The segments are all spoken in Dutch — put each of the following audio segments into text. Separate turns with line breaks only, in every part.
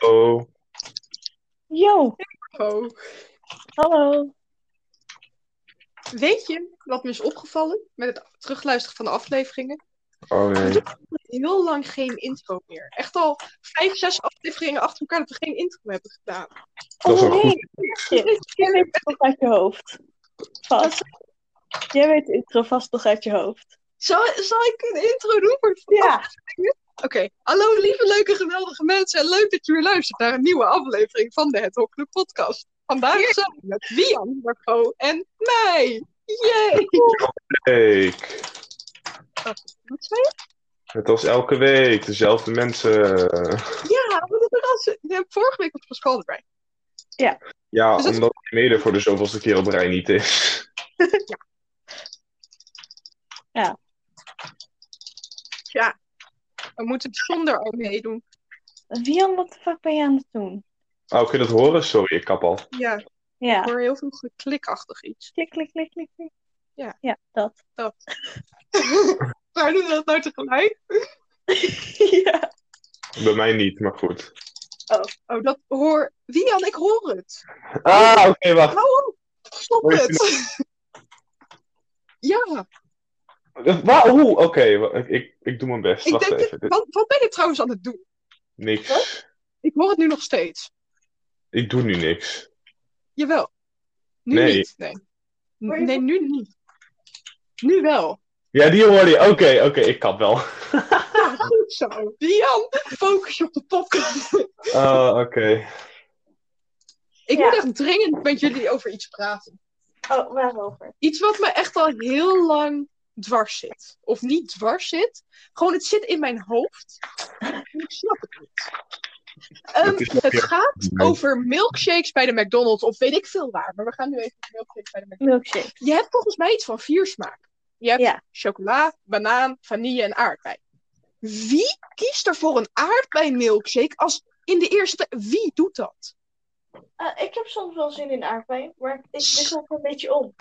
Oh.
Yo,
Oh.
hallo.
Weet je wat me is opgevallen met het terugluisteren van de afleveringen?
Oh nee.
Heel lang geen intro meer. Echt al vijf, zes afleveringen achter elkaar dat we geen intro hebben gedaan.
Dat is
oh
ook
nee, shit. Jij weet het nog uit je hoofd. Vast. Jij weet het intro vast nog uit je hoofd.
Zal, zal ik een intro doen? voor-
Ja.
Oké. Hallo lieve, leuke, geweldige mensen. En leuk dat je weer luistert naar een nieuwe aflevering van de Het Hok Club podcast. Vandaag samen met Wian, Marco en mij. Yay!
Week.
Wat zei je?
Net als elke week, dezelfde mensen.
Ja, wat een verrassing. Ja, Vorige week was Pascal erbij.
Ja,
Dus dat-
omdat hij mede voor de zoveelste keer op rij niet is.
We moeten het zonder al meedoen.
Wian, wat de fuck ben je aan het doen?
Oh, kun je dat horen? Sorry, ik kap al.
Ja, ik
Ja.
hoor heel veel geklikachtig iets.
Klik, klik, klik, klik. klik.
Ja.
Ja, dat.
Waar doen we dat nou tegelijk?
ja.
Bij mij niet, maar goed.
Oh, dat hoor... Wian, ik hoor het.
Ah, oké, wacht.
Nou, op. stop
Hoor je
het. ja,
Wa- Oeh, oké. wa- ik- ik, ik doe mijn best.
ik
Wacht
denk...
even.
Dat, wat, wat ben je trouwens aan het doen?
Niks.
Ik hoor het nu nog steeds.
Ik doe nu niks.
Jawel. Nu
Nee.
niet. Nee.
Hoor je
nee, nu niet. Nu wel.
Ja, die hoorde je. Oké, oké, ik kap wel.
Ja, goed zo. Wian, focus je op de podcast.
Ah, oké.
ik
Ja.
moet echt dringend met jullie over iets praten.
Oh, waarover?
iets wat me echt al heel lang dwars zit. Of niet dwars zit. Gewoon, het zit in mijn hoofd. En ik snap het niet. Ehm,
Het is nog
het
heel-
gaat over milkshakes bij de McDonald's. Of weet ik veel waar. Maar we gaan nu even over milkshakes bij de McDonald's.
Milkshake.
Je hebt volgens mij iets van vier smaken. Je hebt
Ja.
chocola, banaan, vanille en aardbei. Wie kiest er voor een aardbei milkshake als in de eerste... Wie doet dat?
Eh, ik heb soms wel zin in aardbeien, maar ik
wissel
ook een beetje om.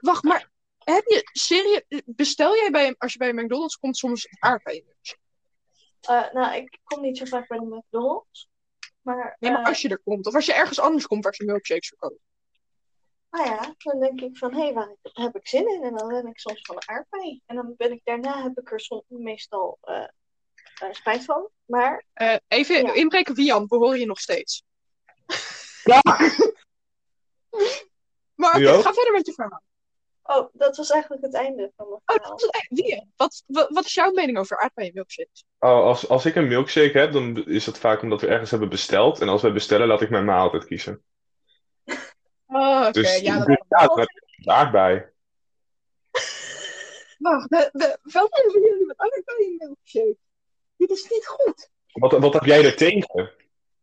Wacht, maar heb je serie... Bestel jij bij, als je bij de McDonald's komt soms een aardbei milkshake?
nou, ik kom niet zo vaak bij de McDonald's. Maar, eh,
Nee, maar als je er komt, of als je ergens anders komt waar ze milkshakes verkopen.
Nou ja, dan denk ik van, hé, hey, waar heb ik zin in? En dan ren ik soms van de aardbei. En dan ben ik daarna, heb ik er soms meestal eh, eh, spijt van. Maar
Eh, even
Ja.
inbreken, Wian, we horen je nog steeds.
Ja.
maar
Nu
oké,
ook?
ga verder met je verhaal.
oh, dat was eigenlijk het einde van mijn
Oh,
verhaal.
dat is echt- Wian, wat, wa- wat, is jouw mening over aardbeien milkshakes?
Oh, als, als ik een milkshake heb, dan is dat vaak omdat we ergens hebben besteld. En als wij bestellen, laat ik mijn ma altijd kiezen.
Oh, oké,
Dus
ja.
ja,
Dat...
daar daarbij.
Wacht, we, we, wat hebben jullie met aardbeien milkshake? Dit is niet goed.
Wat, wat heb jij er tegen?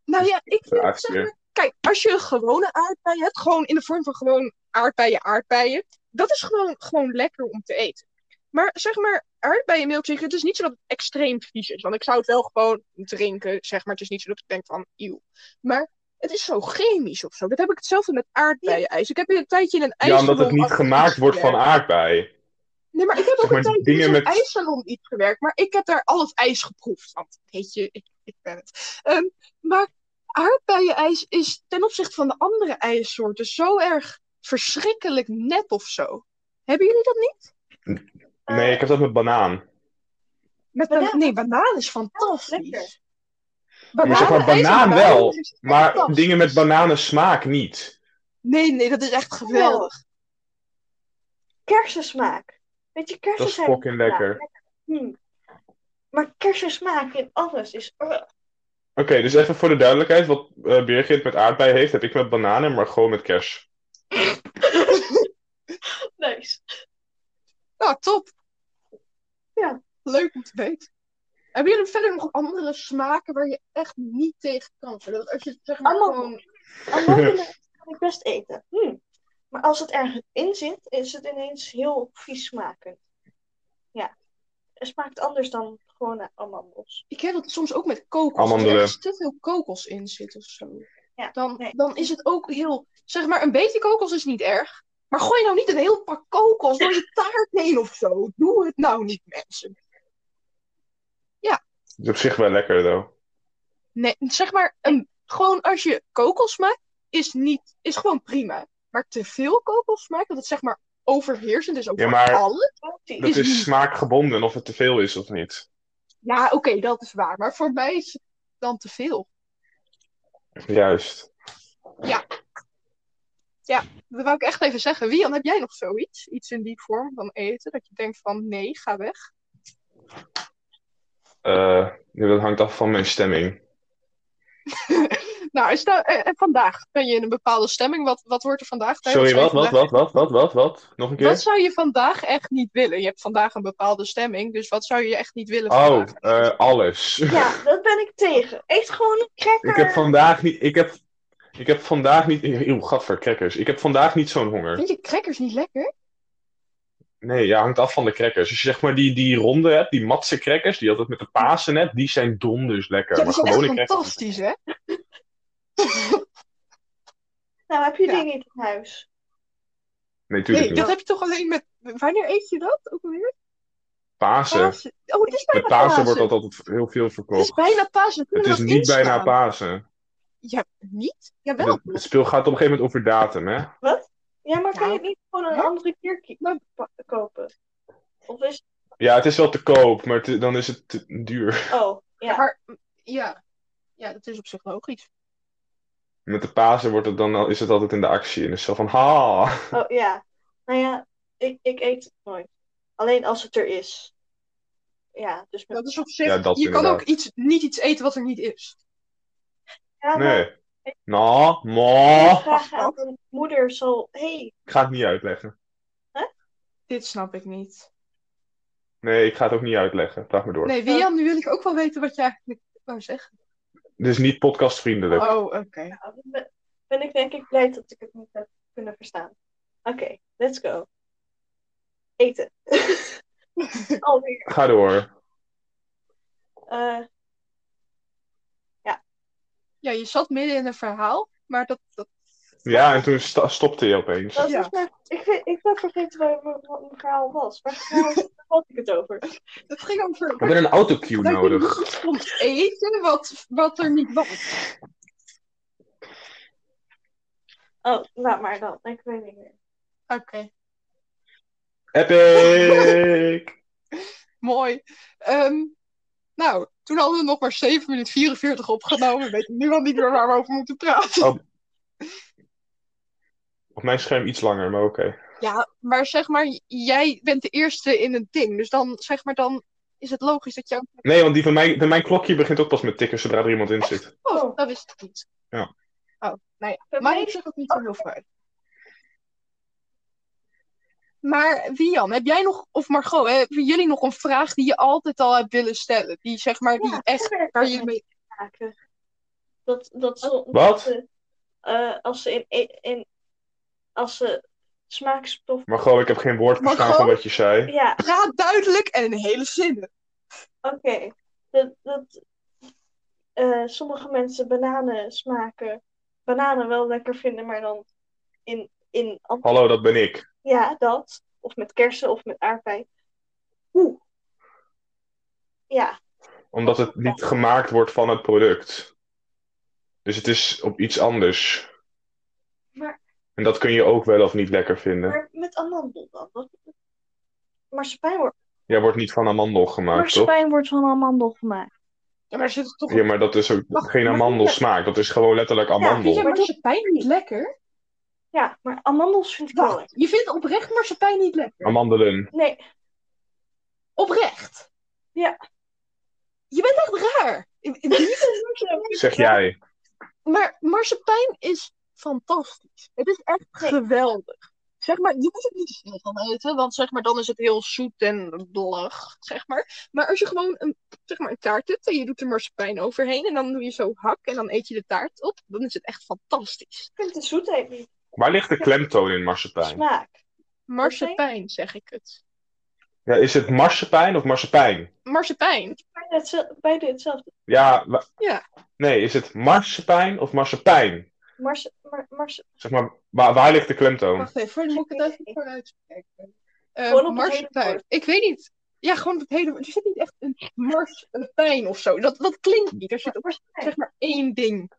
Nou ja, ik vind
Ja,
het zeg maar- Kijk, als je een gewone aardbei hebt, gewoon in de vorm van gewoon aardbeien, aardbeien, dat is gewoon, gewoon lekker om te eten. Maar zeg maar, aardbeien milkshake, het is niet zo dat het extreem vies is. Want ik zou het wel gewoon drinken, zeg maar. Het is niet zo dat ik denk van, eeuw. Maar het is zo chemisch of zo. Dat heb ik hetzelfde met aardbeien-ijs. Ik heb een tijdje in een ijs.
Ja, omdat het niet gemaakt wordt van aardbei.
Nee, maar ik heb ook
maar,
een tijdje in
dingen
zo'n
met-
ijssalon iets gewerkt, maar ik heb daar al het ijs geproefd. Want, weet je, ik, ik ben het. Ehm, maar aardbeienijs is ten opzichte van de andere ijssoorten zo erg verschrikkelijk nep of zo. Hebben jullie dat niet?
Eh,
Nee, ik heb dat met banaan.
Met
Banaan-
ban- nee, banaan is
lekker.
fantastisch.
maar zeg maar,
Bananenijs en
banaan wel,
bananenijs is echt
Maar
fantastisch.
dingen met bananen smaak niet.
Nee, nee, dat is echt geweldig.
Kersensmaak. Weet je, kersen
Dat is
zijn...
fucking
ja,
lekker.
Hm. Maar kersensmaak in alles is... Ugh.
Oké, dus even voor de duidelijkheid. Wat eh Birgit met aardbei heeft, heb ik met bananen, maar gewoon met kers.
nice.
Nou, top.
Ja.
Leuk om te weten. Hebben jullie verder nog andere smaken waar je echt niet tegen kan? Zodat als je zeg maar
Allemaal-
gewoon...
Amandelen kan ik best eten. Hm. Maar als het ergens in zit, is het ineens heel vies smakend. Ja. Het smaakt anders dan gewone amandels.
Ik heb het soms ook met kokos.
Amandelen.
Als er te veel kokos in zit of zo.
Ja,
dan,
nee.
dan is het ook heel... Zeg maar, een beetje kokos is niet erg. Maar gooi nou niet een heel pak kokos door je taart heen of zo. Doe het nou niet, mensen.
Dat is op zich wel lekker, though.
Nee, zeg maar, een, gewoon als je kokos maakt, is, niet, is gewoon prima. Maar te veel kokos maken, dat het zeg maar overheersend is over
Ja, maar-
alles.
Precies.
Dat
Is niet-
is smaakgebonden of het te veel is of niet.
Ja, oké, dat is waar. Maar voor mij is het dan te veel.
Juist.
Dat wou ik echt even zeggen. Wian, heb jij nog zoiets? Iets in die vorm van eten, dat je denkt van nee, ga weg.
Eh, ja, dat hangt af van mijn stemming.
Nou, is nou, eh, eh, vandaag ben je in een bepaalde stemming. Wat, wat wordt er vandaag bij?
Sorry,
zou je
wat, wat,
vandaag-
wat, wat, wat, wat, wat? Nog een
Wat
keer?
zou je vandaag echt niet willen? Je hebt vandaag een bepaalde stemming, dus wat zou je echt niet willen
Oh,
vandaag?
eh, alles.
Ja, dat ben ik tegen. Eet gewoon een cracker.
Ik heb vandaag niet. Ik heb, ik heb vandaag niet. Eeuw, gadver, crackers. Ik heb vandaag niet zo'n honger.
Vind je crackers niet lekker?
Nee, ja, hangt af van de crackers. Als je zeg maar die, die ronde hebt, die matse crackers, die altijd met de Pasen hebt, die zijn donders lekker.
Ja,
maar
die zijn echt
gewone crackers.
fantastisch, hè?
Nou, heb je
Ja.
die niet in huis?
Nee,
Nee,
tuurlijk
dat
niet.
heb je toch alleen met... Wanneer eet je dat ook alweer?
Pasen.
Pasen. Oh, het is bijna
Met Pasen wordt
Pasen.
dat altijd heel veel
Het is
verkocht.
bijna Pasen. Kun je
Het is
dat
niet bijna
inslaan?
Pasen.
Ja, niet? Jawel.
Het, het speel gaat op een gegeven moment over datum, hè?
Ja, maar kan
Nou,
je het niet gewoon een
ja.
andere keer ki- pa- kopen? Of is
Ja, het is wel te koop, maar het- dan is het te duur.
Oh, ja.
Maar, ja. Ja, dat is op zich logisch.
Met de Pasen wordt het dan, al- is het altijd in de actie. En het is zo van, ha!
Oh, ja. Nou ja, ik, ik eet het nooit. Alleen als het er is. Ja, dus met...
Dat is op zich...
Ja, dat
je kan
inderdaad.
ook iets, niet iets eten wat er niet is.
Ja, maar
Nee. Nou, maar.
vraag aan mijn moeder zal... hey,
Ik ga het niet uitleggen.
Dit snap ik niet.
Nee, ik ga het ook niet uitleggen. Vraag me door.
Nee, Wian, nu wil ik ook wel weten wat jij eigenlijk wou zeggen.
Dit is niet podcastvriendelijk.
Oh, oké.
nou, ben- ben ik denk ik blij dat ik het niet heb kunnen verstaan. Oké, let's go. Eten. Alweer.
Ga door.
Eh,
Ja, je zat midden in een verhaal, maar dat... dat...
Ja, en toen sta- stopte je opeens.
dat
Ja.
is mijn... Ik, weet- ik ben vergeten waar mijn, wat mijn verhaal was. Waar waar had ik het over?
Het ging over...
We hebben een autocue
dat je
nodig.
niet kon eten wat, wat er niet was.
Oh, laat maar dan. Ik weet niet meer.
Oké,
Epic!
mooi. Ehm, nou, toen hadden we nog maar 7 minuten 44 opgenomen. We weten nu al niet meer waar we over moeten praten.
Oh. Op mijn scherm iets langer, maar oké.
Ja, maar zeg maar, jij bent de eerste in het ding. Dus dan, zeg maar, dan is het logisch dat jou...
Nee, want die van mij, van mijn klokje begint ook pas met tikken zodra er iemand in zit.
Oh,
Oh.
dat wist ik niet.
Ja.
Oh, nou ja.
Dat
Maar
weet
ik zeg ook niet zo heel veel. Maar Wian, heb jij nog, of Margot, hè, hebben jullie nog een vraag die je altijd al hebt willen stellen? Die zeg maar, die
Ja,
echt,
verder
waar je mee...
maken. Dat, dat ze,
Wat?
ze, eh, als ze in, e- in als ze smaakstof.
Maar gewoon, ik heb geen woord verstaan
Margot?
van wat je zei.
Ja,
Praat duidelijk en in hele zinnen.
oké. Dat, dat eh, sommige mensen bananen smaken, bananen wel lekker vinden, maar dan in, in an-
Hallo, dat ben ik.
ja, dat. Of met kersen of met aardbei. Oeh. Ja,
Omdat het niet gemaakt wordt van het product. Dus het is op iets anders.
Maar-
En dat kun je ook wel of niet lekker vinden.
maar met amandel dan. Wat- Marsepein wordt,
Jij wordt niet van amandel gemaakt, toch?
marsepein wordt van amandel gemaakt.
Ja, maar er zit toch...
Ja, maar dat is ook
Wacht,
geen
maar-
amandelsmaak. Dat is gewoon letterlijk amandel.
Vind jij
Maar dat-
marsepein niet lekker?
Ja, maar amandels vind ik wel lekker.
Wacht, je vindt oprecht marsepein niet lekker?
Amandelen.
Nee,
Oprecht?
Ja.
Je bent echt raar. Ik- ik- Niet
Zeg jij.
Maar marsepein is fantastisch. Het is echt geweldig. Zeg maar, je moet er niet te veel van eten, want zeg maar, dan is het heel zoet en blag, zeg maar. Maar als je gewoon een, zeg maar, een taart hebt en je doet er marsepein overheen en dan doe je zo hak en dan eet je de taart op, dan is het echt fantastisch.
Ik vind de zoetheid niet.
Waar ligt de klemtoon in marsepein?
Smaak.
Marsepein, zeg ik het.
Ja, is het marsepein of marsepein?
Marsepein.
Bijna, hetzel- beide hetzelfde.
Ja, wa-
Ja.
Nee, is het marsepein of marsepein?
Mars, mar, mars,
Zeg maar, waar, waar ligt de klemtoon?
Wacht even, moet ik het even vooruit kijken. Eh,
Gewoon op het hele
marsepein.
woord.
Ik weet niet. Ja, gewoon op het hele. Er zit niet echt een marsepein of zo. Dat, dat klinkt niet. Er zit ook,
marsepein.
zeg maar, één ding.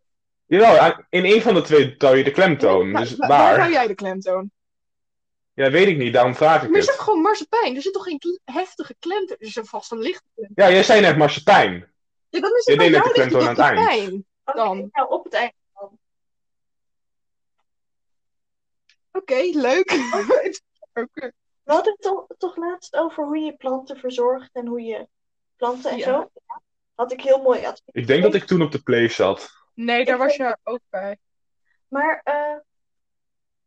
Jawel, aan- in één van de twee touw je de klemtoon.
Waar-
Dus
waar, waar
waar?
hou jij de klemtoon?
Ja, weet ik niet, daarom vraag ik
Maar je zegt
het.
gewoon marsepein. Er zit toch geen kle- heftige klemtoon? Er zit vast een lichte klemtoon.
Ja, jij zei net marsepein.
Ja, dan is
Je deed
het bij
net
jou
de
ligt die
klemtoon aan het eind.
dikke pijn.
Oké,
Dan.
nou op het eind.
Oké, leuk. Oké.
We hadden het toch, toch laatst over hoe je planten verzorgt en hoe je planten en
Ja.
zo. Ja. Had ik heel mooi advies.
Ik denk dat ik toen op de play zat.
Nee, daar was je ook bij.
Maar eh,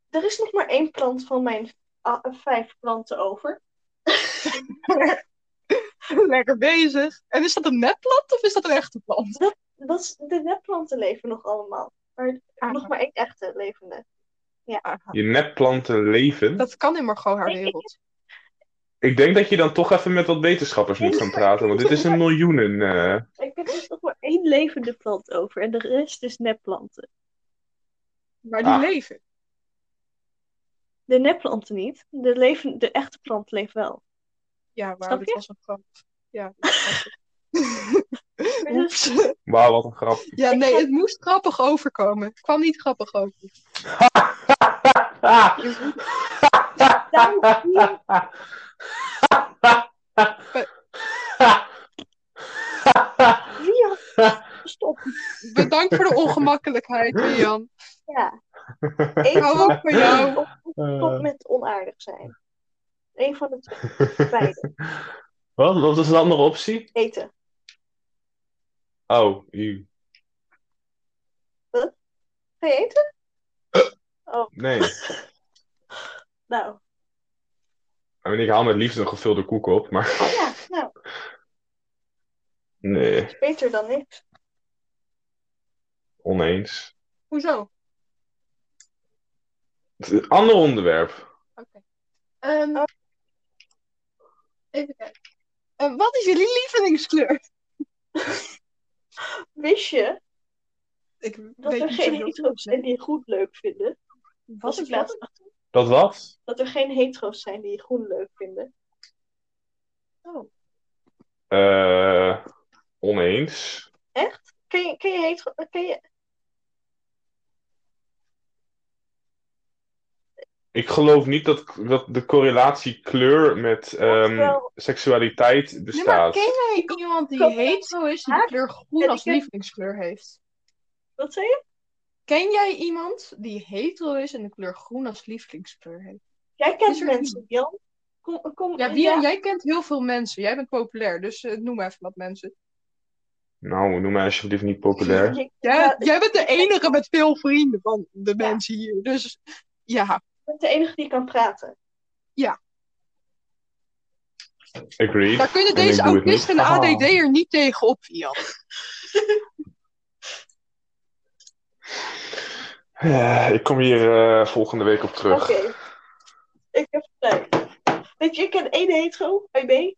er is nog maar één plant van mijn ah, vijf planten over.
Lekker bezig. En is dat een nepplant of is dat een echte plant?
Dat is, de nepplanten leven nog allemaal. Maar
Ah.
nog maar één echte levende.
Je nepplanten leven.
Dat kan in Margot haar wereld.
Ik denk dat je dan toch even met wat wetenschappers moet gaan praten, want dit is een miljoenen. eh.
Ik heb dus nog maar één levende plant over en de rest is nepplanten.
Maar die
Ah.
leven.
De nepplanten niet. De, leven, de echte plant leeft wel.
Ja,
Snap
wauw, dit
je?
was een grap. Ja. dit was een grap. Oeps.
Wauw, wat een grap.
Ja, nee, het moest grappig overkomen. Het kwam niet grappig over.
Wie had stop?
Bedankt voor de ongemakkelijkheid, Jan.
Ja.
Ik
Eén
hou
plant
ook van jou.
stopt met onaardig zijn. Eén van de twee. Beide.
Wat? Wat is de andere optie?
Eten.
Oh, u.
Ga je eten?
Nee.
Nou.
I mean, ik haal met liefde een gevulde koek op, maar
Ja, nou.
nee,
Beter dan niks.
oneens.
Hoezo?
Een ander onderwerp.
Oké. Ehm,
Oh.
even kijken. Eh, wat is jullie lievelingskleur?
Wist je
Ik
dat er geen hetero's zijn die groen leuk vinden?
Wat
Was
is
ik
dat?
laatst achter.
Dat wat?
Dat er geen hetero's zijn die groen leuk vinden.
Oh.
Eh, oneens.
Ken je, ken je hetero... Ken je...
Ik geloof niet dat, dat de correlatie kleur met ehm,
wel.
seksualiteit
Nee, maar
bestaat.
ken jij iemand die
Klopt.
hetero is die de kleur groen
Ja,
als
die-
lievelingskleur heeft?
Wat zei je?
Ken jij iemand die hetero is en de kleur groen als lievelingskleur heeft?
Jij
Is
kent
er
mensen, Jan. Kom, kom, eh,
Ja, wie, jij kent heel veel mensen. Jij bent populair, dus eh, noem even wat mensen.
Nou, noem mij alsjeblieft niet populair.
Je-
Jij,
Ja,
jij bent de enige met veel vrienden van de
Ja.
mensen hier. Dus ja,
Je bent de enige die kan praten.
Agreed.
daar kunnen
En ik
deze
doe het niet. Ah.
autisten en
Haha.
ADD'er niet tegen op, Jan.
Eh, ik kom hier eh, volgende week op terug.
Oké. Ik heb gelijk. Weet je, ik ken één hetero, IB.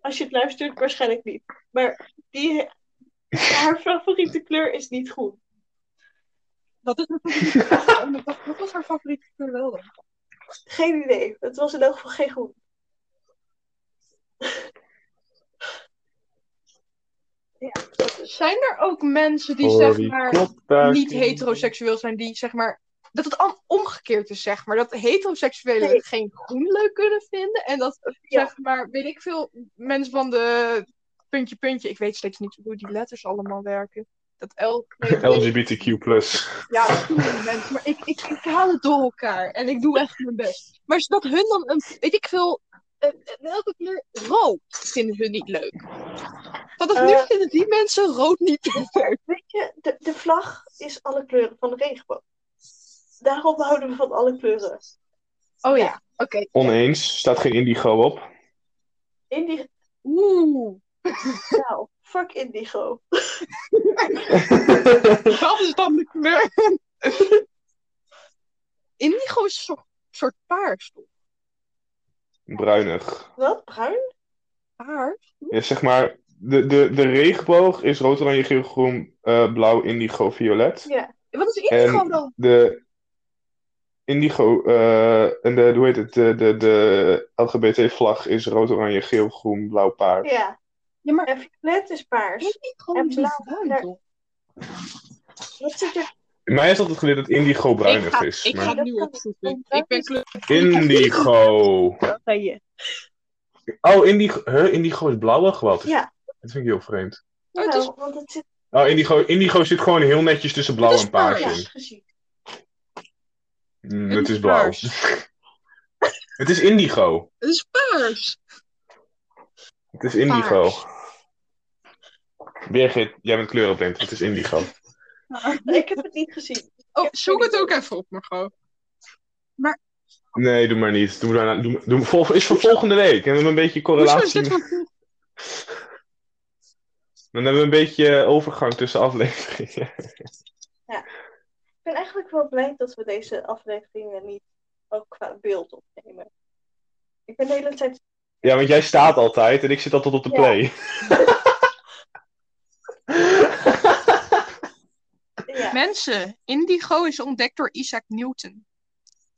Als je het luistert, waarschijnlijk niet. Maar die, haar favoriete kleur is niet groen.
Dat is natuurlijk... Wat was haar favoriete kleur wel dan?
Geen idee. Het was in elk geval geen groen. Ja, dat is.
Zijn er ook mensen die,
Voor
zeg
die
maar...
klopduik.
niet heteroseksueel zijn die zeg maar dat het am- omgekeerd is zeg maar dat heteroseksuelen
Nee.
geen groen leuk kunnen vinden en dat
Ja.
zeg maar weet ik veel mensen van de puntje puntje ik weet steeds niet hoe die letters allemaal werken dat L nee, dat is-
LGBTQ+.
ja dat doen die mensen maar ik, ik, ik haal het door elkaar en ik doe echt mijn best maar is dat hun dan een weet ik veel een- een- welke kleur rood vinden hun niet leuk vanaf nu
Eh.
vinden die mensen rood niet leuk
Weet je, de, de vlag is alle kleuren van de regenboog. Daarom houden we van alle kleuren.
oh ja oké
Oneens. Staat geen indigo op.
Indigo.
oeh
Nou, fuck indigo.
Dat is dan de kleur. Indigo is een soort, soort paars. toch?
Bruinig.
Wat? Bruin?
Paars?
Ja, zeg maar, de, de, de regenboog is rood, oranje, geel, groen, eh, blauw, indigo, violet.
Ja.
Wat is indigo
En-
dan?
De indigo, eh, en de, hoe heet het, de, de, de LGBT-vlag is rood, oranje, geel, groen, blauw, paars.
Ja.
Ja, maar
En violet is paars.
indigo
En
is
blauw,
bruin,
daar-
toch?
Wat zit er?
Mij is altijd geleerd dat indigo
ik
bruinig
ga,
is.
ik
maar-
ga het nu opzoeken. Ik ben kleur.
Indigo.
je.
Oh, indigo. Huh? Indigo is blauwig? Wat?
Ja.
Dat vind ik heel vreemd.
Oh, het is-
Nou, want het zit
Oh, indigo, indigo zit gewoon heel netjes tussen blauw
Het is
en paars
paars.
in.
juist gezien.
Mm,
Het
het
is
is blauw. het is indigo.
Het is paars.
Het is indigo. Birgit, jij bent kleurenblind. Het is indigo.
Ik heb het niet gezien.
Oh, zoek het ook even op, Margot.
Nee, doe maar niet. Doe daarna, doe, doe, vol- is voor volgende week. En dan een beetje
Hoezo is dit
correlatie.
van...
Dan hebben we een beetje eh, overgang tussen afleveringen.
Ik ben eigenlijk wel blij dat we deze afleveringen niet ook qua beeld opnemen. Ik ben de hele tijd.
Ja, want jij staat altijd en ik zit altijd op de
Ja.
play.
Ja,
Mensen, indigo is ontdekt door Isaac Newton.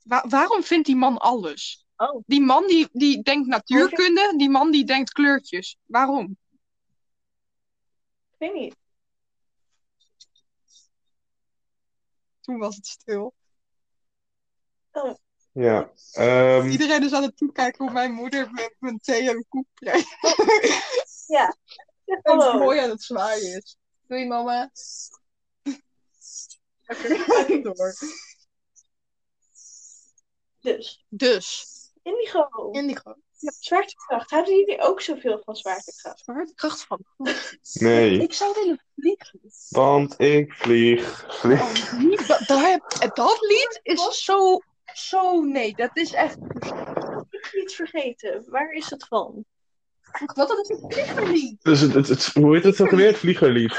Wa- waarom vindt die man alles?
Oh.
Die man die, die denkt natuurkunde, die man die denkt kleurtjes. Waarom?
ik weet niet.
Toen was het stil.
Ja. ehm,
Iedereen is aan het toekijken hoe mijn moeder met mijn thee en koek brengt.
Zeg
En
hallo.
mooi aan het zwaaien is. Doei mama. Oké, door.
Dus,
Dus,
indigo.
indigo.
Zwaartekracht. Houden jullie ook zoveel van zwaartekracht?
Zwaartekracht van.
nee,
Ik zou willen vliegen.
want ik vlieg. vlieg.
Oh, niet, dat, daar heb- dat lied is zo, zo, nee, dat is echt,
Ik heb iets vergeten. Waar is het van?
wat dat is een vliegerlied.
Dus het, het, het- hoe heet het ook weer? Het vliegerlied.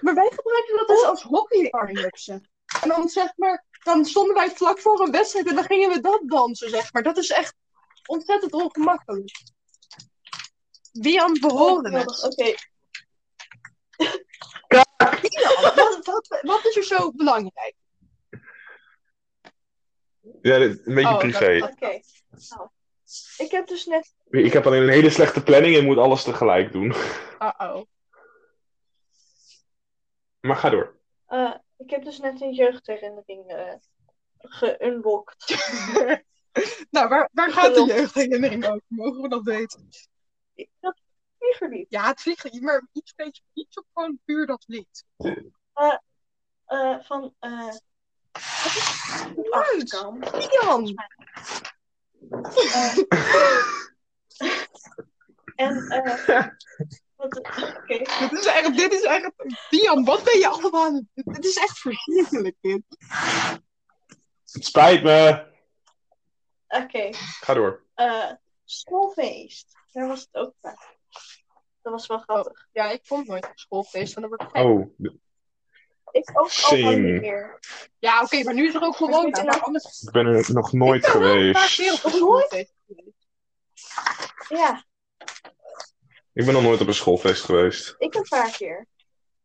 Maar wij gebruiken dat dus als hockeyarmluksen. En dan zeg maar, dan stonden wij vlak voor een wedstrijd en dan gingen we dat dansen, zeg maar. Dat is echt ontzettend ongemakkelijk. Wie aan behoren het?
Oh, Oké.
Wat, wat, wat is er zo belangrijk?
Ja, dit- een beetje
Oh, dat-
privé.
Oké. Nou, ik heb dus net.
Ik heb alleen een hele slechte planning en moet alles tegelijk doen.
Uh-oh.
Maar ga door.
eh, ik heb dus net een jeugdherinnering eh geunlocked.
nou, waar, waar gaat de jeugdherinnering over? Mogen we dat weten?
Dat vliegerlied.
Ja, het vliegen, maar iets beetje, iets op gewoon puur dat lied.
eh van. eh
Leuk!
Afghan.
Jan!
Eh, en. eh wat, oké.
Dit is echt, dit is echt, Dian, wat ben je allemaal aan het Dit is echt verschrikkelijk, dit.
Het spijt me.
Oké.
Ga door.
eh, schoolfeest. Daar was het ook bij. Dat was wel grappig.
Ja, ik vond nooit op schoolfeest, want dan word ik gek.
Oh,
Ik ook al
Same.
niet meer.
Ja, oké, maar nu is er ook gewoon
Maar
maar anders
ik ben er nog nooit
een paar
geweest.
keer op schoolfeest.
Ja,
Ik ben nog nooit op een schoolfeest geweest.
ik een paar keer.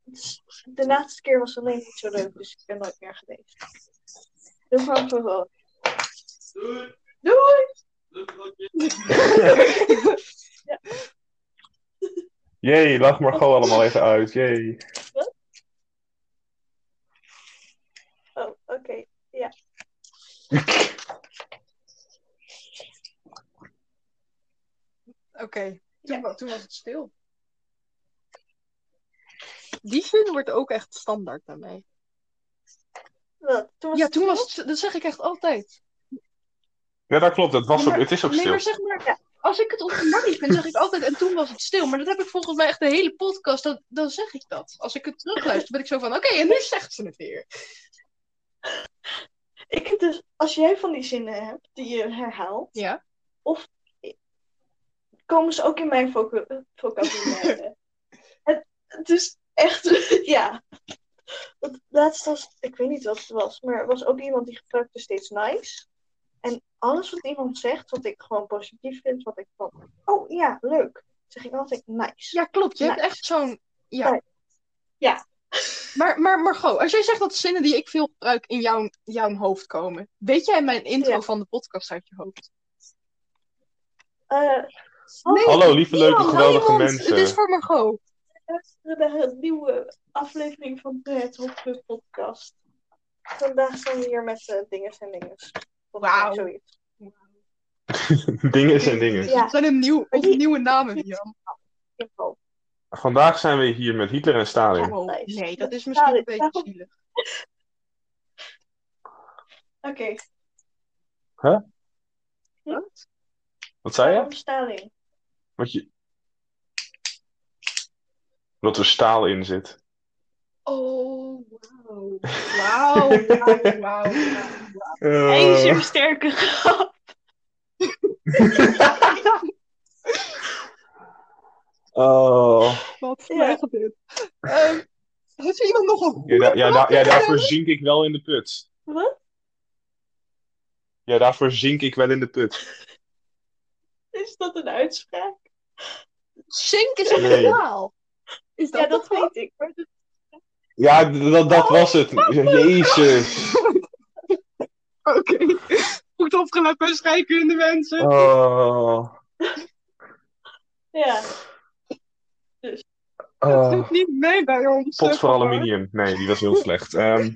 Dus de laatste keer was alleen niet zo leuk, dus ik ben nooit meer geweest. Doe maar gewoon. Doei!
Jee, lach maar gewoon allemaal even uit. Jee.
Oh, oké. Ja.
Oké, toen, wa- toen was het stil. Die zin wordt ook echt standaard bij mij.
Wat? Toen was
Ja,
het
toen
stil?
was het, dat zeg ik echt altijd.
Ja, dat klopt. Dat was
Nee,
ook,
maar-
het is ook
nee,
stil.
maar zeg maar, als ik het ongemakkelijk vind, zeg ik altijd, en toen was het stil. Maar dat heb ik volgens mij echt de hele podcast, dan, dan zeg ik dat. Als ik het terugluister, ben ik zo van, oké, en nu zegt ze het weer.
Ik heb dus, als jij van die zinnen hebt die je herhaalt,
Ja.
komen ze ook in mijn voca- vocabulaire. het, het is echt, ja. Want laatst was, ik weet niet wat het was, maar er was ook iemand die gebruikte steeds nice. En alles wat iemand zegt, wat ik gewoon positief vind, wat ik van, oh ja, leuk, zeg ik altijd nice.
Ja, klopt. Je
Ja.
hebt echt zo'n. Ja.
Ja.
Maar, maar Margot, als jij zegt dat zinnen die ik veel gebruik in jouw, jouw hoofd komen, weet jij mijn intro
Ja.
van de podcast uit je hoofd?
Eh,
Nee,
Hallo, lieve, leuke,
Ian,
geweldige
Raymond, Het is
mensen.
voor Margot.
luisteren naar een nieuwe aflevering van de Het Hot Club podcast. Vandaag zijn we hier met eh, dinges en dinges. Of eh,
Wauw.
zoiets.
dus-
Dingen zijn dingen.
Ja.
Het zijn een nieuw, of nieuwe namen, Jan.
Info.
Vandaag zijn we hier met Hitler en Stalin.
Oh,
nice.
nee, dat is misschien een beetje zielig.
Oké,
Wat?
Wat zei je?
waarom Stalin?
Wat je... Dat er staal in zit.
Oh, wauw. Wauw, wauw,
Eh.
wauw, wauw.
Ijzer sterke grap.
oh.
Wat
Ja.
mij gebeurt. Ehm, heeft er iemand nog een
Ja,
goede
da- ja, da-
grap?
ja, daarvoor zink ik wel in de put.
Wat?
Ja, daarvoor zink ik wel in de put.
Is dat een uitspraak?
Zink is een
Nee.
verhaal. Is
Ja, dat
een grap?
weet ik. Maar dat-
Ja, d- dat,
Oh,
dat was het. Jezus.
Oké. Goed opgelet bij scheikunde, mensen.
Oh.
ja,
Dat
Oh.
doet niet mee bij ons.
Pot voor
zeg maar.
aluminium. Nee, die was heel slecht. Ehm,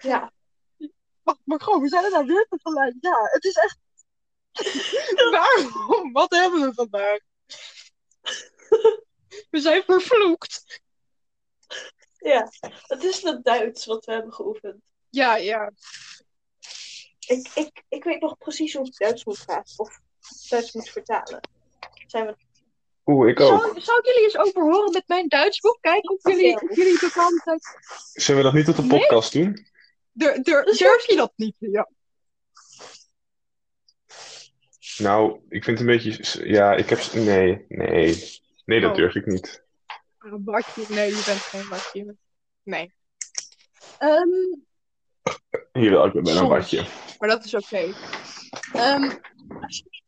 ja.
Wacht, maar gewoon, we zijn er nou weer te gelijk. Ja, het is echt... Waarom? Wat hebben we vandaag? We zijn vervloekt.
Het is het Duits wat we hebben geoefend.
Ja, ja.
Ik, ik, ik weet nog precies hoe ik Duits moet praten. Of Duits moet vertalen. Zijn we...
Oeh, ik ook.
Zou, zou ik jullie eens overhoren met mijn Duits boek? Kijken of jullie, of jullie de kant uit...
Zullen we dat niet op de
Nee.
podcast doen?
Dur- dur- durf je dat niet? Ja.
Nou, ik vind het een beetje. Ja, ik heb. Nee, nee. Nee, dat
Oh.
durf ik niet.
Een bakje. Nee, je bent geen bakje. Nee. Ehm,
Hier, ik ben een
Soms.
watje.
maar dat is oké. Ehm,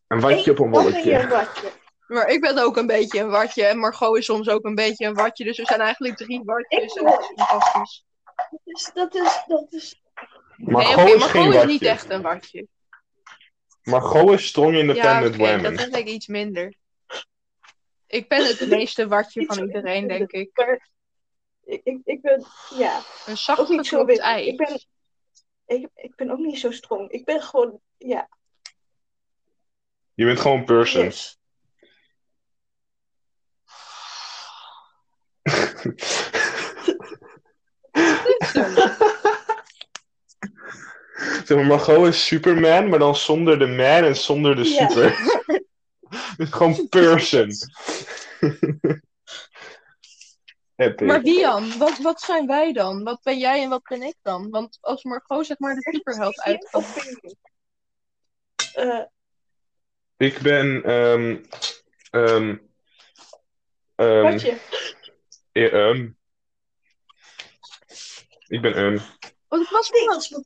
Een watje op een
Wat ben je
wolletje.
een watje?
maar ik ben ook een beetje een watje. En Margot is soms ook een beetje een watje. Dus we zijn eigenlijk drie watjes. En dat is fantastisch.
Dus dat is... Dat is...
Maar
nee,
Go
oké,
is geen
Margot is niet
watje.
echt een watje.
Maar Go is strong
Ja,
independent
oké, dat
women.
is denk ik iets minder. Ik ben het meeste watje van iedereen, denk ik.
Ik, ik, ik ben... Ja.
Een
ook
zacht
niet zo wit.
geklopt
Ik
ei.
ben, ik, ik ben ook niet zo strong. Ik ben gewoon, ja,
Je bent gewoon een person.
yes.
Zeg maar, Margot is Superman, maar dan zonder de man en zonder de
Ja.
super. Dus gewoon person. Epic.
Maar Dian, wat, wat zijn wij dan? Wat ben jij en wat ben ik dan? Want als Margot zeg maar de superheld uitkomt.
Of ben je- Eh,
Ik ben... ehm ehm ehm,
watje.
eh, ehm. Ik ben ehm.
Oh, dat was niet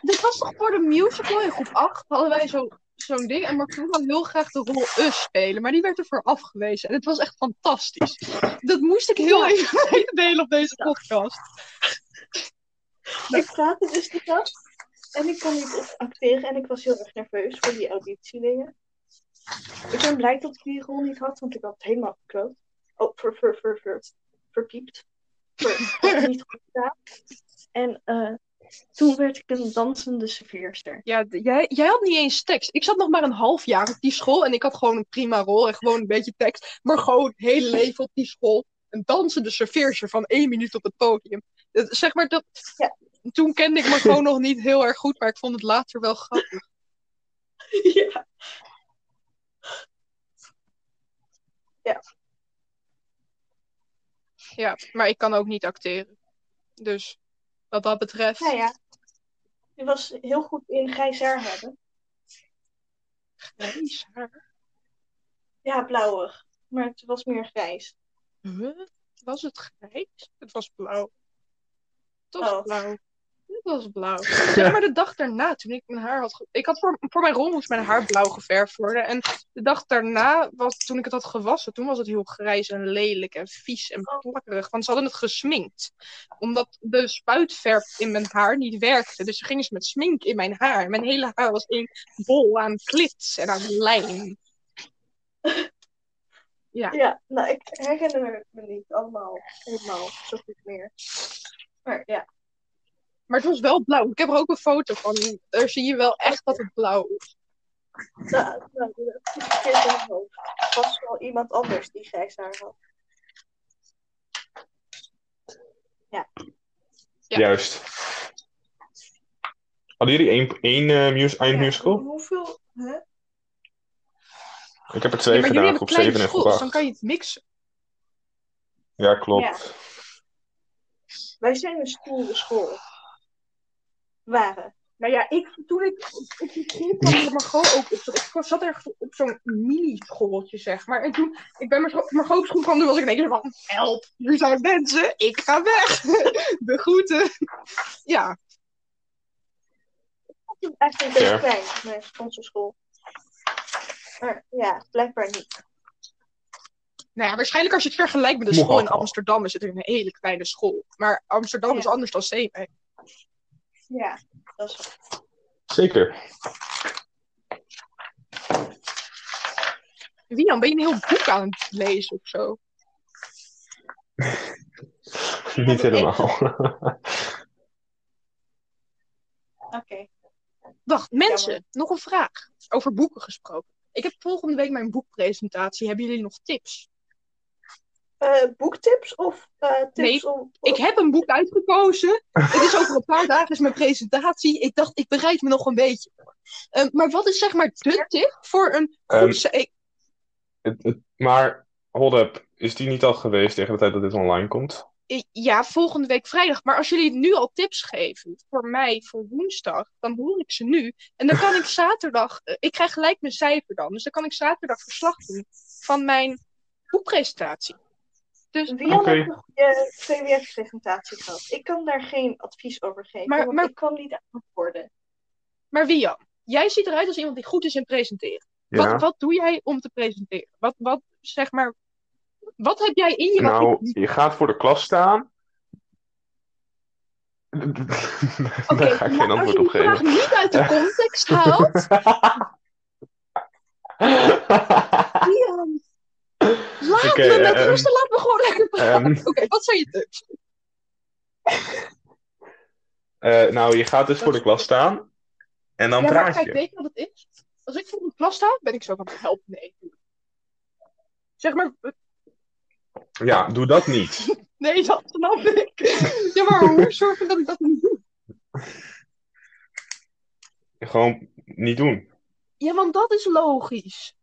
Dit was toch voor de musical in groep 8 hadden wij zo, zo'n ding. En Marco wilde heel graag de rol Us spelen, maar die werd ervoor afgewezen. En het was echt fantastisch. Dat moest ik heel
Ja.
even meedelen op deze podcast.
Ik praatte dus niet af. En ik kon niet op acteren. En ik was heel erg nerveus voor die auditiedingen. Ik ben blij dat ik die rol niet had, want ik had het helemaal gekloot. Oh, ver, ver, ver, ver, verpiept. Ver, had het niet goed gedaan. En eh, toen werd ik een dansende serveerster.
Ja, d- jij, jij had niet eens tekst. Ik zat nog maar een half jaar op die school en ik had gewoon een prima rol en gewoon een beetje tekst. Maar gewoon het hele leven op die school. Een dansende serveerster van één minuut op het podium. Dat- Zeg maar, dat,
Ja.
toen kende ik Marco nog niet heel erg goed, maar ik vond het later wel grappig.
Ja.
Ja, maar ik kan ook niet acteren. Dus wat dat betreft,
Nou ja. Je was heel goed in grijs haar hebben.
grijs haar.
Ja, blauwig. Maar het was meer grijs.
Huh? Was het grijs? Het was blauw. Het was
Oh.
blauw. Het was blauw. Zeg maar de dag daarna, toen ik mijn haar had... ge- Ik had voor, voor mijn rol moest mijn haar blauw geverfd worden. En de dag daarna, was, toen ik het had gewassen, toen was het heel grijs en lelijk en vies en plakkerig. Want ze hadden het gesminkt. Omdat de spuitverf in mijn haar niet werkte. Dus ze gingen ze met smink in mijn haar. Mijn hele haar was één bol aan klits en aan lijn. Ja.
Ja, nou, ik herinner me niet allemaal helemaal zo goed meer. Maar ja,
Maar het was wel blauw. Ik heb er ook een foto van. Daar zie je wel echt dat het blauw is.
nou, nou, dat is verkeerd in mijn hoofd. Het was wel iemand anders die grijs haar had.
Ja.
Juist. Hadden jullie één, één eh, mus-
Ja,
eindmusical?
Hoeveel? Hè?
Ik heb er twee
Ja, maar jullie
gedaan,
hebben
groep
kleine
7 en groep
schools,
8.
dan kan je het mixen.
Ja, klopt.
Wij zijn een stoere school. Waren.
Nou ja, ik, toen ik op die kring kwam, dat Margot ook op zat. Ik zat ergens op zo'n mini-schooltje, zeg maar. En toen ik bij Margot, Margot op school kwam, toen was ik in één keer van... Help, hier zijn mensen, ik ga weg. De groeten. Ja,
Echt een beetje
Ja.
klein, mijn- onze school. Maar ja, blijkbaar niet.
nou ja, waarschijnlijk als je het vergelijkt met de
Moet
school in
wel.
Amsterdam... is het een hele kleine school. Maar Amsterdam
Ja.
is anders dan Zeewijk.
Ja, dat is
Zeker.
Wian, ben je een heel boek aan het lezen of zo?
Niet helemaal.
oké.
Wacht, mensen, nog een vraag. Over boeken gesproken. Ik heb volgende week mijn boekpresentatie. Hebben jullie nog tips?
Eh, boektips of eh, tips
Nee,
om...
Ik heb een boek uitgekozen. Het is over een paar dagen is mijn presentatie. Ik dacht, ik bereid me nog een beetje. voor. Ehm, maar wat is zeg maar de tip voor een
Ehm,
goed ze- ik-
Het- het- maar, hold up, is die niet al geweest tegen de tijd dat dit online komt?
ik- Ja, volgende week vrijdag. Maar als jullie nu al tips geven voor mij voor woensdag, dan hoor ik ze nu. En dan kan ik zaterdag... eh, Ik krijg gelijk mijn cijfer dan. Dus dan kan ik zaterdag verslag doen van mijn boekpresentatie. Dus
Wie had
Oké.
ook nog je VWF-presentatie gehad? Ik kan daar geen advies over geven,
Maar-
want
maar-
ik kwam niet aan het worden.
Maar Wian, jij ziet eruit als iemand die goed is in presenteren.
Ja.
Wat, wat doe jij om te presenteren? Wat, wat, zeg maar, wat heb jij in je wat
Nou,
ik-
je gaat voor de klas staan. Daar ga ik
maar
geen
als
antwoord
je
op
die vraag
geven.
niet uit de context haalt, Wian, laat
Oké,
me met
ehm,
rusten, laat me gewoon lekker praten.
ehm.
Oké, wat zijn je tips?
Eh, nou, je gaat dus voor de klas staan en dan
ja, maar
praat
kijk,
je.
weet je wat het is? Als ik voor een klas sta, ben ik zo van, help, nee. Zeg maar,
Ja, doe dat niet.
nee, dat snap ik. Ja, maar hoe zorg ik dat ik dat niet doe?
Gewoon niet doen.
Ja, want dat is logisch.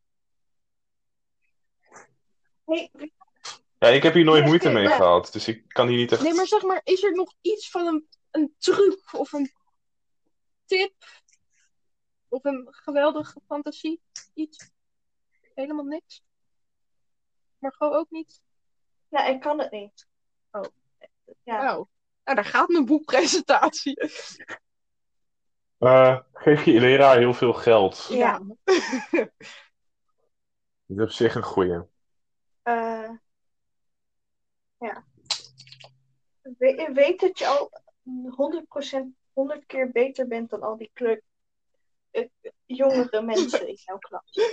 Nee,
Ja, ik heb hier nooit
Ja,
moeite
oké,
mee
maar-
gehad, dus ik kan hier niet echt...
Nee, maar zeg maar, is er nog iets van een, een truc of een tip of een geweldige fantasie? Iets? Helemaal niks? Margot ook niet?
nou, ik kan het niet.
Oh.
Ja.
Nou, nou, daar gaat mijn boekpresentatie.
Eh, geef je leraar heel veel geld.
Ja.
Dat is op zich een goeie.
Eh, ja. We- weet dat je al 100%, 100 keer beter bent dan al die kleur, eh, jongere mensen in jouw klas.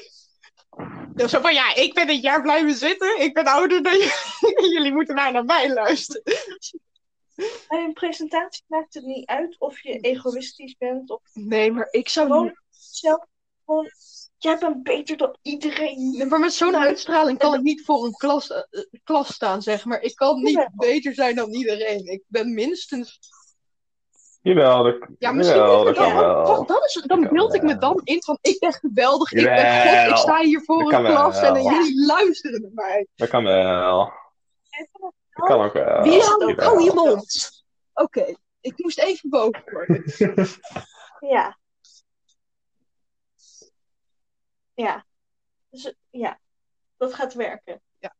Ja, Zo van, ja, ik ben een jaar blijven zitten. Ik ben ouder dan jullie. Jullie moeten maar naar mij luisteren.
Bij een presentatie maakt het niet uit of je egoïstisch bent of
Nee, maar ik zou...
gewoon zelf. Gewoon, jij bent beter dan iedereen.
Nee, Maar met zo'n uitstraling kan ik niet voor een klas, eh, eh, klas staan, zeg maar. Ik kan niet
Jawel.
beter zijn dan iedereen. Ik ben minstens.
Jawel, dat,
Ja, misschien.
jawel,
ben
dat
ik
kan wel.
Wacht, dat is, dan
Kan
beeld ik me
wel.
dan in van ik ben geweldig, ik ben
Jawel.
God, ik sta hier voor
Dat
een
kan wel.
klas en dan
Ja.
jullie luisteren naar mij.
Dat kan wel. Dat kan ook eh, wel.
Wie is
dat
dan?
ook
Jawel.
Oh, je mond. Oké, ik moest even boven worden.
Ja. Ja. Dus, ja. Dat gaat werken.
Ja.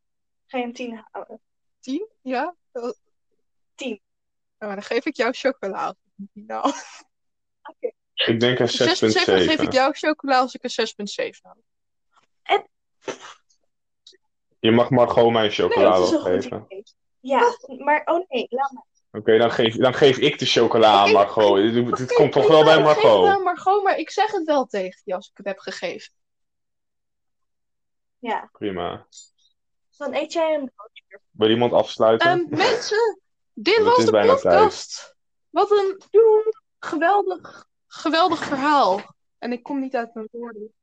Ga je een tien halen?
Tien? Ja? Eh,
Tien.
Nou, dan geef ik jou chocola. Nou. als ik een tien haal.
Ik denk een
6,7 geef
6,7.
ik jou chocola als ik een 6,7 haal.
Je mag maar gewoon mijn
Nee,
chocola
dat is
wel
een goed
geven.
idee. Ja, maar oh nee, laat maar.
Oké, dan, geef, dan geef ik de chocola aan
Oké,
Margot. Het- het
Oké,
komt toch
prima,
wel bij
dan geef ik het
Margot?
aan Margot, maar ik zeg het wel tegen je als ik het heb gegeven.
Ja.
Prima.
Dan eet jij een
Wil iemand afsluiten?
Ehm, mensen, dit
Het
was
is
de
bijna
podcast. Wat een geweldig, geweldig verhaal. En ik kom niet uit mijn woorden.